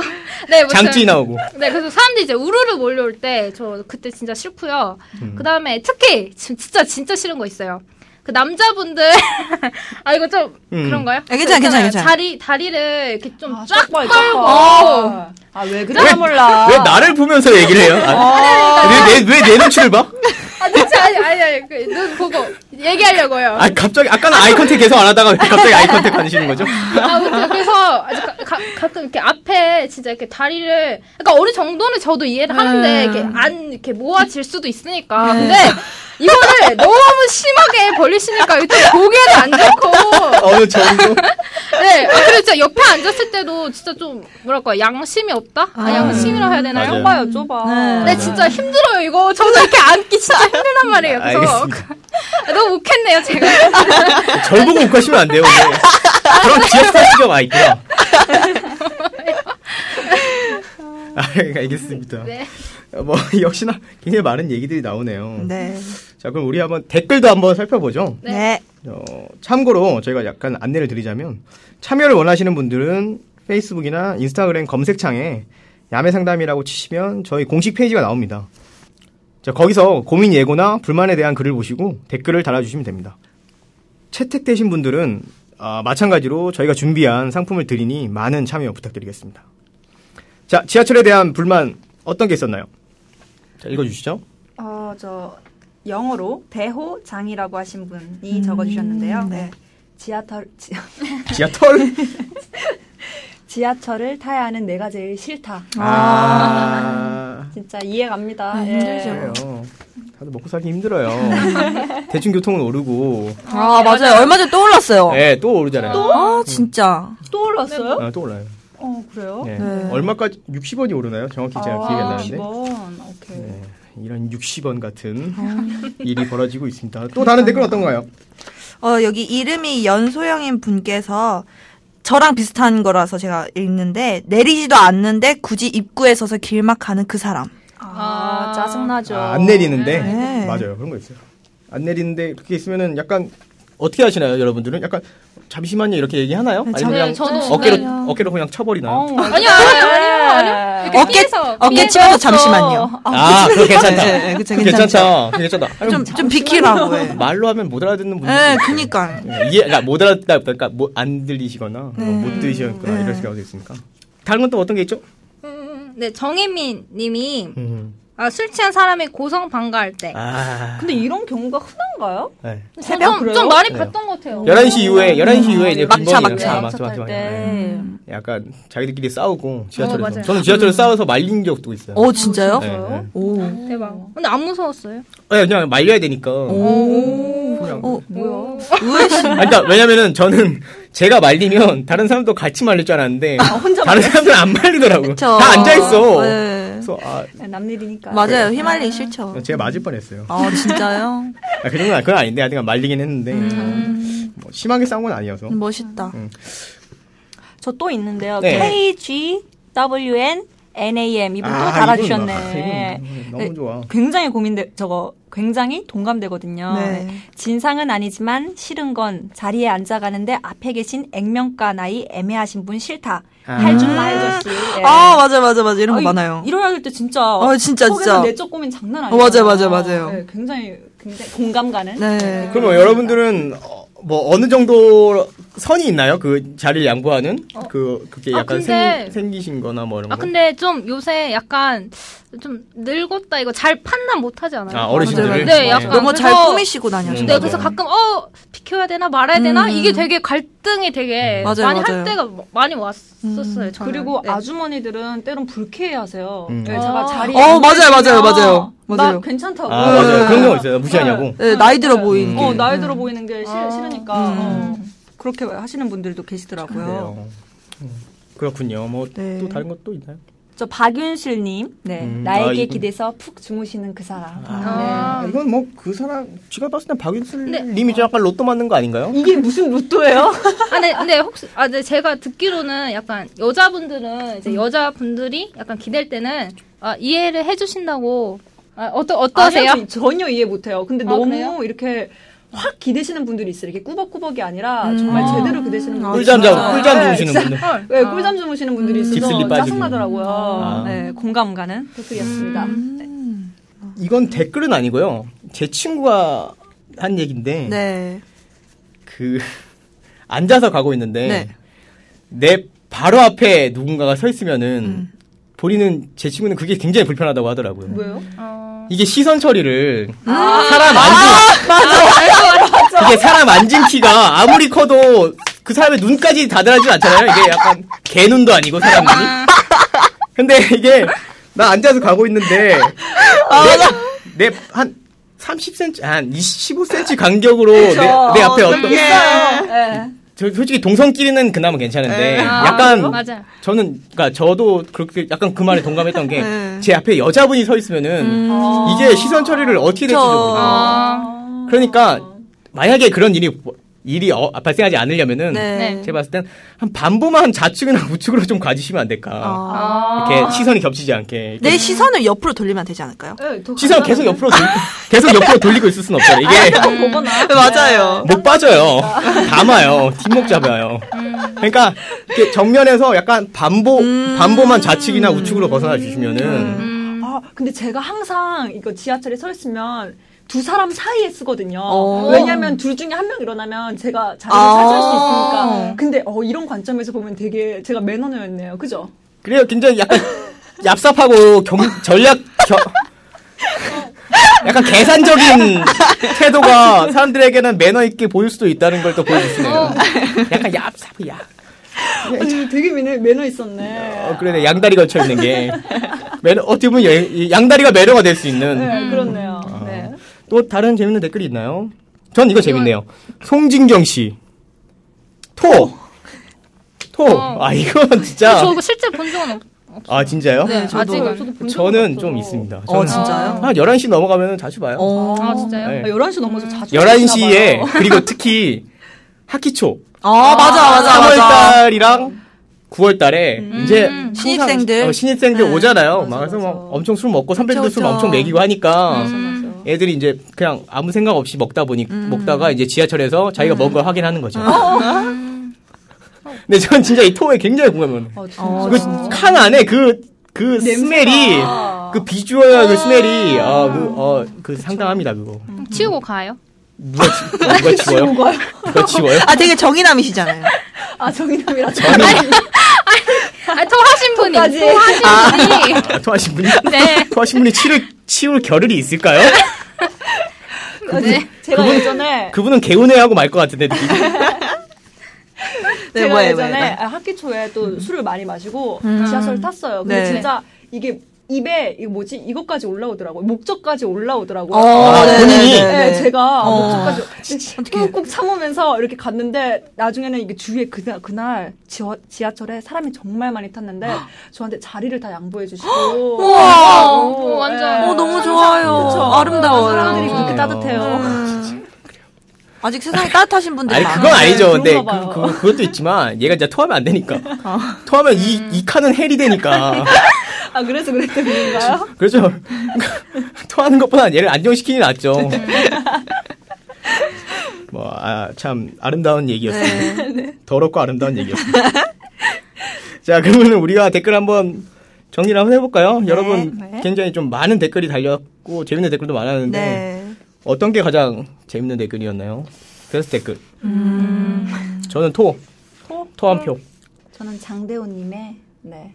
네, 무슨-
장쯔이 나오고.
네, 그래서 사람들이 이제 우르르 몰려올 때 저 그때 진짜 싫고요. 그다음에 특히 지금 진짜 진짜 싫은 거 있어요. 그 남자분들 아 이거 좀
음.
그런가요? 그러니까
아, 괜찮아, 괜찮아, 괜찮아.
다리 다리를 이렇게 좀
아,
쫙
쫙
펄고
아, 왜 그래? 나 몰라.
왜 나를 보면서 얘기를 해요? 아, 왜내 왜 내 눈치를 봐?
아, 눈치 아니 아니 아니 그, 눈 보고 얘기하려고요.
아 갑자기 아까는 아이컨택 계속 안 하다가 왜 갑자기 아이컨택 하시는 거죠?
아, 그렇죠. 그래서 아주 가, 가, 가끔 이렇게 앞에 진짜 이렇게 다리를 그러니까 어느 정도는 저도
네.
이해를 하는데 이렇게 안 이렇게 모아질 수도 있으니까 근데 이거를 너무 심하게 벌리시니까 일단 보기에도 안 좋고
어느 정도?
네 아, 그리고 진짜 옆에 앉았을 때도 진짜 좀 뭐랄까 양심이 없다 아, 양심이라 해야 되나요?
맞아요.
좁아요, 좁아.
네.
근데 진짜 힘들어요 이거 저도 이렇게 앉기 진짜 힘들단 말이에요 그래서
알겠습니다.
너무 너무 웃겠네요, 제가.
절 보고 웃가시면 안 돼요. 오늘. 그런 지역사 시점 아 있구나. 아, 알겠습니다.
네.
어, 뭐 역시나 굉장히 많은 얘기들이 나오네요.
네.
자 그럼 우리 한번 댓글도 한번 살펴보죠.
네.
네.
어, 참고로 저희가 약간 안내를 드리자면 참여를 원하시는 분들은 페이스북이나 인스타그램 검색창에 야매 상담이라고 치시면 저희 공식 페이지가 나옵니다. 자, 거기서 고민 예고나 불만에 대한 글을 보시고 댓글을 달아주시면 됩니다. 채택되신 분들은 아, 마찬가지로 저희가 준비한 상품을 드리니 많은 참여 부탁드리겠습니다. 자, 지하철에 대한 불만 어떤 게 있었나요? 자, 읽어주시죠.
어, 저 영어로 대호장이라고 하신 분이 적어주셨는데요.
네.
음. 네. 지하철 지,
지하철.
지하철을 타야 하는 내가 제일 싫다.
아.
진짜 이해갑니다.
네,
예.
힘들죠.
그래요. 다들 먹고 살기 힘들어요. 대중교통은 오르고,
아,
네.
맞아요. 얼마 전에 또 올랐어요.
예, 또 오르잖아요.
아, 진짜.
또 올랐어요?
아, 또 올라요.
어 그래요?
예.
네.
얼마까지? 60원이 오르나요? 정확히 제가 기억이 안 나는데.
10원. 오케이.
네, 이런 60원 같은 일이 벌어지고 있습니다. 또 다른 댓글 어떤가요?
어, 여기 이름이 연소영인 분께서 저랑 비슷한 거라서 제가 읽는데 내리지도 않는데 굳이 입구에 서서 길막하는 그 사람.
아,
아.
짜증나죠.
아, 안 내리는데
네.
맞아요 그런 거 있어요. 안 내리는데 그렇게 있으면은 약간 어떻게 하시나요, 여러분들은? 약간 잠시만요 이렇게 얘기하나요?
네,
아니면 그냥
네, 저도
어깨로
그래요.
어깨로 그냥 쳐버리나요?
어,
아니요, 아니요, 아니요,
네.
아니요. 이렇게
어깨-
피해서,
어깨
피해서.
치면서 어, 잠시만요.
아, 그거 괜찮다.
네, 네, 그쵸,
괜찮다. 괜찮다. 아니,
좀, 좀 비키라고 해.
말로 하면 못 알아듣는 분들.
네, 그니까.
이해, 그러니까 못 알아듣다, 그러니까 뭐, 안 들리시거나
네.
뭐못 들리시거나
네.
이럴 수가 있으니까. 다른 건 또 어떤 게 있죠?
음, 네, 정혜민 님이
음.
아, 술 취한 사람이 고성 방가할 때.
아.
근데 이런 경우가 흔한가요?
네.
전
새벽
좀,
그래요?
좀 많이 봤던 것 같아요.
11시 이후에, 11시 이후에 이제
막차,
빈번히
막차.
이렇게
막차
막차,
탈
막차.
때.
네. 약간 자기들끼리 싸우고,
어,
지하철에서.
맞아요.
저는 음. 지하철에서 싸워서 말린 적도 있어요.
오, 진짜요?
네, 네.
오.
대박. 근데 안 무서웠어요.
네, 그냥 말려야 되니까.
오. 어,
그냥.
오.
뭐야?
의외 씨.
아니, 그러니까 왜냐면은 저는 제가 말리면 다른 사람도 같이 말릴 줄 알았는데
혼자
다른 사람들은 안 말리더라고요.
아, 그쵸.
다 앉아 있어.
네.
그래서 아,
남일이니까.
맞아요. 휘말리기 싫죠.
제가 맞을 뻔했어요.
아, 진짜요?
아, 그 정도는 그건 아닌데 하여튼 말리긴 했는데
음.
어, 뭐 심하게 싸운 건 아니어서
멋있다.
저 또 있는데요.
네.
KGWNNAM 이분
아,
또 달아주셨네.
이분, 아, 이분
네.
너무 좋아.
굉장히 고민돼 저거 굉장히 동감되거든요.
네.
진상은 아니지만 싫은 건 자리에 앉아가는데 앞에 계신 액면가 나이 애매하신 분 싫다.
아.
할 줄 말죠 씨. 예.
아, 맞아, 맞아, 맞아. 이런 거
아니,
많아요.
일어났을 때 진짜.
아, 진짜,
속에서
진짜.
내적 고민 장난
어, 맞아요,
아니에요.
맞아요, 맞아요.
네, 굉장히 굉장히 공감 가는.
네.
그럼 뭐 여러분들은 어, 뭐 어느 정도 선이 있나요? 그 자리를 양보하는
어.
그 그게
아,
약간
근데-
생, 기신거나뭐 이런 거.
아 근데 좀 요새 약간 좀 늙었다 이거 잘 판단 못하지 않아요?
아, 어르신들을?
맞아요.
네.
네, 약간
너무 잘
그래서-
꾸미시고 다녀요.
음,
네,
맞아요.
그래서 가끔 어 비켜야 되나 말아야 되나
음.
이게 되게 갈등이 되게
맞아요, 맞아요.
많이
음,
할 때가 뭐- 많이 왔었어요. 저는.
그리고
네.
아주머니들은 때론 불쾌해하세요.
음.
네, 제가
아.
자리.
어, 맞아요, 맞아요, 맞아요. 맞아요.
나 괜찮다고.
아 맞아요. 그런 거 있어요. 무시하냐고.
네, 나이 들어
음.
보이는
어,
게.
나이 들어 보이는 게 싫,
아.
싫으니까.
음.
어. 그렇게 하시는 분들도 계시더라고요.
그래요. 네, 음, 그렇군요. 뭐 또
네.
다른 것도 있나요?
저 박윤실님, 네.
음. 아,
나에게
이분.
기대서 푹 주무시는 그 사람.
네.
아.
아, 이건 뭐 그 사람 제가 봤을 땐 박윤슬
근데-
님이 약간 로또 맞는 거 아닌가요?
네. 이게 무슨 로또예요?
아, 네, 근데 혹시 아, 네, 제가 듣기로는 약간 여자분들은
음.
이제 여자분들이 약간 기댈 때는 아, 이해를 해주신다고 아, 어떠 어떠세요?
아니요, 저 전혀 이해 못해요. 근데
아,
너무
그래요?
이렇게 확 기대시는 분들이 있어요. 이렇게 꾸벅꾸벅이 아니라 정말
아.
제대로 기대시는 분들.
꿀잠
있어요.
자고 꿀잠
네,
주무시는 분들.
헐.
네, 꿀잠 주무시는 분들이 있어서
딥슬립 빠지고.
짜증나더라고요.
아.
네, 공감 가는 댓글이었습니다.
음.
이건 댓글은 아니고요. 제 친구가 한 얘긴데
네.
그 앉아서 가고 있는데
네.
내 바로 앞에 누군가가 서 있으면은 본인은 제 친구는 그게 굉장히 불편하다고 하더라고요.
왜요?
어,
이게 시선 처리를
아.
사람 앉은 이게 사람 앉은 키가 아무리 커도 그 사람의 눈까지 다다르진 않잖아요. 이게 약간 개 눈도 아니고 사람 눈이. 근데 이게 나 앉아서 가고 있는데
아,
내 한 30cm 한 15cm 간격으로 내, 내 앞에 어떤 저 솔직히 동성끼리는 그나마 괜찮은데
아,
약간
맞아.
저는 그러니까 저도 그렇게 약간 그 말에 동감했던 게
네.
제 앞에 여자분이 서 있으면은 이게 시선 처리를 어떻게 될지
그쵸.
모르겠어요.
아,
그러니까 만약에 그런 일이 일이 어- 발생하지 않으려면은
네.
제가 봤을 땐 한 반보만 좌측이나 우측으로 좀 가지시면 안 될까.
아. 네.
아.
이렇게 시선이 겹치지 않게.
내 시선을 옆으로 돌리면 되지 않을까요?
네,
시선 계속 옆으로 돌, 계속 옆으로 돌리고 있을 순 없잖아요. 이게
보거나
음. 네, 맞아요.
못 빠져요. 담아요. 뒷목 잡아요. 그러니까 이렇게 정면에서 약간 반보 반보만 좌측이나 우측으로 벗어나 주시면은
음.
아, 근데 제가 항상 이거 지하철에 서 있으면 두 사람 사이에 쓰거든요.
어.
왜냐면 둘 중에 한 명 일어나면 제가 자리를
아.
차지할 수 있으니까. 근데 어, 이런 관점에서 보면 되게 제가 매너였네요. 그죠?
그래요. 굉장히 약간 얍삽하고 경, 전략 겨, 약간 계산적인 태도가 사람들에게는 매너 있게 보일 수도 있다는 걸 또
어.
보여주시네요. 약간 얍삽 야.
네.
아니, 음, 되게 매너, 매너 있었네.
어, 그러네. 양다리 걸쳐 있는 게 매너 어떻게 보면 여- 이 양다리가 매너가 될 수 있는
음.
네, 그렇네요.
아.
네.
또 다른 재밌는 댓글이 있나요? 전 이거 재밌네요. 송진경 씨. 토. 토.
어.
아, 이건
저
진짜.
이거 실제 본 적은 없,
아, 진짜요?
어, 네, 저도.
아직 저도 본 적은
저는
없어서.
좀 있습니다.
어,
저는
진짜요?
한 11시 넘어가면 자주 봐요.
어.
아 진짜요?
네.
11시 넘어서 자주
11시에, 그리고 특히 학기초.
아, 맞아, 맞아,
그러니까
맞아.
3월달이랑 9월달에 이제 항상
신입생들.
어, 신입생들
네.
오잖아요.
맞아,
막 그래서
맞아.
막 엄청 술 먹고 선배들도
그쵸,
술
그쵸. 음.
엄청 먹이고 하니까
맞아.
애들이 이제 그냥 아무 생각 없이 먹다 보니
음.
먹다가 이제 지하철에서 자기가 먹은 걸 확인하는 거죠.
어.
근데 전 진짜 이 토에 굉장히 공감을. 해요.
어, 진짜.
그칸 안에 그, 그 스멜이, 그 비주얼 그 스멜이, 아, 그, 어, 그 상당합니다, 그거.
치우고 가요?
누가, 치, 누가 치워요? 누가 치워요?
아, 되게 정의남이시잖아요.
아, 정의남이라
저는,
아 토하신 분이
토까지.
토하신 분이
아, 토하신 분이,
네.
토하신 분이 치를, 치울 겨를이 있을까요?
네.
제가 예전에
그분은 개운해하고 말 것 같은데, 느낌이.
네,
제가
뭐예요,
예전에
뭐예요?
아, 학기 초에 또 술을 많이 마시고 지하철 탔어요.
음.
근데
네.
진짜 이게 입에 이 뭐지 이것까지 올라오더라고요. 목젖까지 올라오더라고요.
어,
네,
본인이.
네,
네, 제가
어.
목젖까지 꾹꾹 참으면서 이렇게 갔는데 나중에는 이게 주위에 그날 그날 지하, 지하철에 사람이 정말 많이 탔는데 저한테 자리를 다 양보해 주시고
우와.
어, 완전.
아. 어, 너무 좋아요.
그쵸?
아름다워요.
사람들이 그렇게
어.
따뜻해요.
아직 세상에 따뜻하신 분들이
아니
많아요.
그건 아니죠. 근데
네, 그런가
그,
봐요. 어.
그, 그것도 있지만 얘가 진짜 토하면 안 되니까. 토하면 이, 이 칸은 헬이 되니까.
아 그래서 그랬던 건가요?
그렇죠. 토하는 것보다 얘를 안정시키는 게 낫죠. 뭐, 아, 참, 아름다운
네,
얘기였습니다. 더럽고 아름다운 얘기였습니다. 자, 그러면 우리가 댓글 한번 정리를 한번 해볼까요? 여러분,
네.
굉장히 좀 많은 댓글이 달렸고, 재밌는 댓글도 많았는데,
네.
어떤 게 가장 재밌는 댓글이었나요? 베스트 댓글. 저는 토.
음. 토?
토 한 표.
저는 장대호님의 네.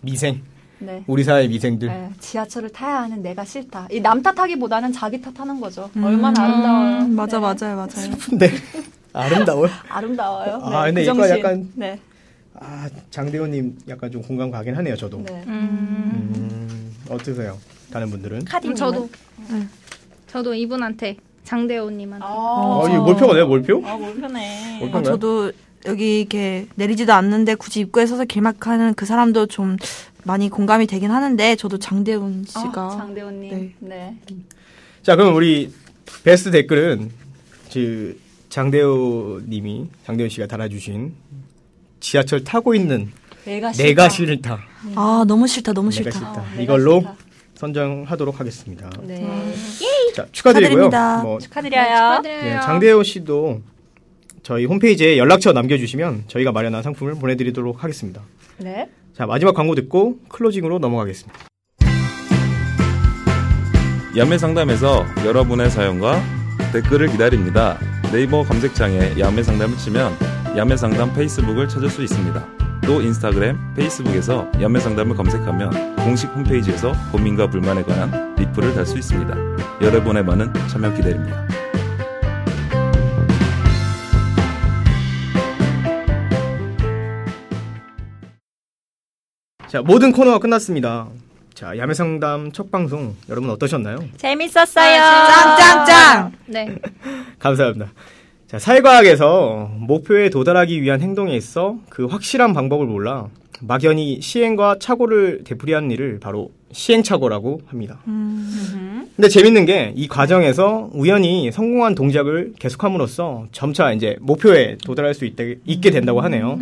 미생.
네.
우리 사회 미생들.
네, 지하철을 타야 하는 내가 싫다. 이 남 탓하기보다는 자기 탓하는 거죠. 얼마나 아름다워요.
음, 맞아,
네.
맞아요, 어, 맞아요.
근데 아름다워요.
아름다워요.
아, 근데
그
이거
정신.
약간-
네.
아, 장대호님 약간 좀 공감 가긴 하네요, 저도.
네.
음, 어떠세요? 다른 분들은?
카디
저도
네.
저도 이분한테 장대호님한테
아,
아, 이 몰표가 돼요, 몰표?
아, 몰표네.
몰표.
아, 저도 여기 이렇게 내리지도 않는데 굳이 입구에 서서 길막하는 그 사람도 좀 많이 공감이 되긴 하는데 저도 장대훈
아,
씨가
장대호님. 네.
자, 그럼 우리 베스트 댓글은 그 장대호님이 장대호 씨가 달아주신 지하철 타고 있는
내가 싫다.
내가 싫다,
아 너무 싫다 너무
내가
싫다.
싫다
내가
이걸로
싫다.
선정하도록 하겠습니다.
네.
자, 축하드리고요.
축하드립니다.
뭐,
축하드려요.
축하드려요.
네, 장대호 씨도 저희 홈페이지에 연락처 남겨주시면 저희가 마련한 상품을 보내드리도록 하겠습니다.
네.
자, 마지막 광고 듣고 클로징으로 넘어가겠습니다.
야매 상담에서 여러분의 사연과 댓글을 기다립니다. 네이버 검색창에 야매 상담을 치면 야매 상담 페이스북을 찾을 수 있습니다. 또 인스타그램, 페이스북에서 야매 상담을 검색하면 공식 홈페이지에서 고민과 불만에 관한 리플을 달 수 있습니다. 여러분의 많은 참여 기다립니다.
자, 모든 코너가 끝났습니다. 자, 야매 상담 첫 방송 여러분 어떠셨나요?
재밌었어요.
짱짱짱.
네.
감사합니다. 자, 사회과학에서 목표에 도달하기 위한 행동에 있어 그 확실한 방법을 몰라 막연히 시행과 착오를 되풀이하는 일을 바로 시행착오라고 합니다. 근데 재밌는 게 이 과정에서 우연히 성공한 동작을 계속함으로써 점차 이제 목표에 도달할 수 있다, 있게 된다고 하네요.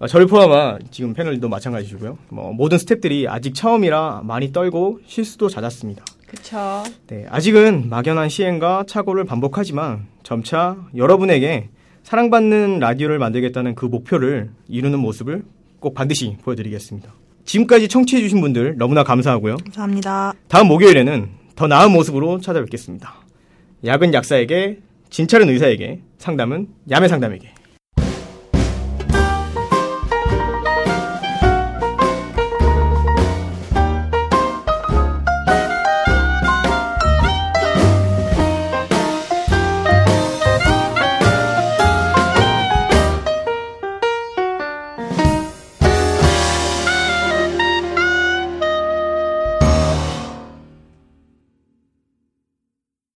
아, 저를 포함한 지금 패널도 마찬가지고요. 뭐 모든 스탭들이 아직 처음이라 많이 떨고 실수도 잦았습니다.
그쵸.
네, 아직은 막연한 시행과 착오를 반복하지만 점차 여러분에게 사랑받는 라디오를 만들겠다는 그 목표를 이루는 모습을 꼭 반드시 보여드리겠습니다. 지금까지 청취해주신 분들 너무나 감사하고요.
감사합니다.
다음 목요일에는 더 나은 모습으로 찾아뵙겠습니다. 약은 약사에게, 진찰은 의사에게, 상담은 야매 상담에게.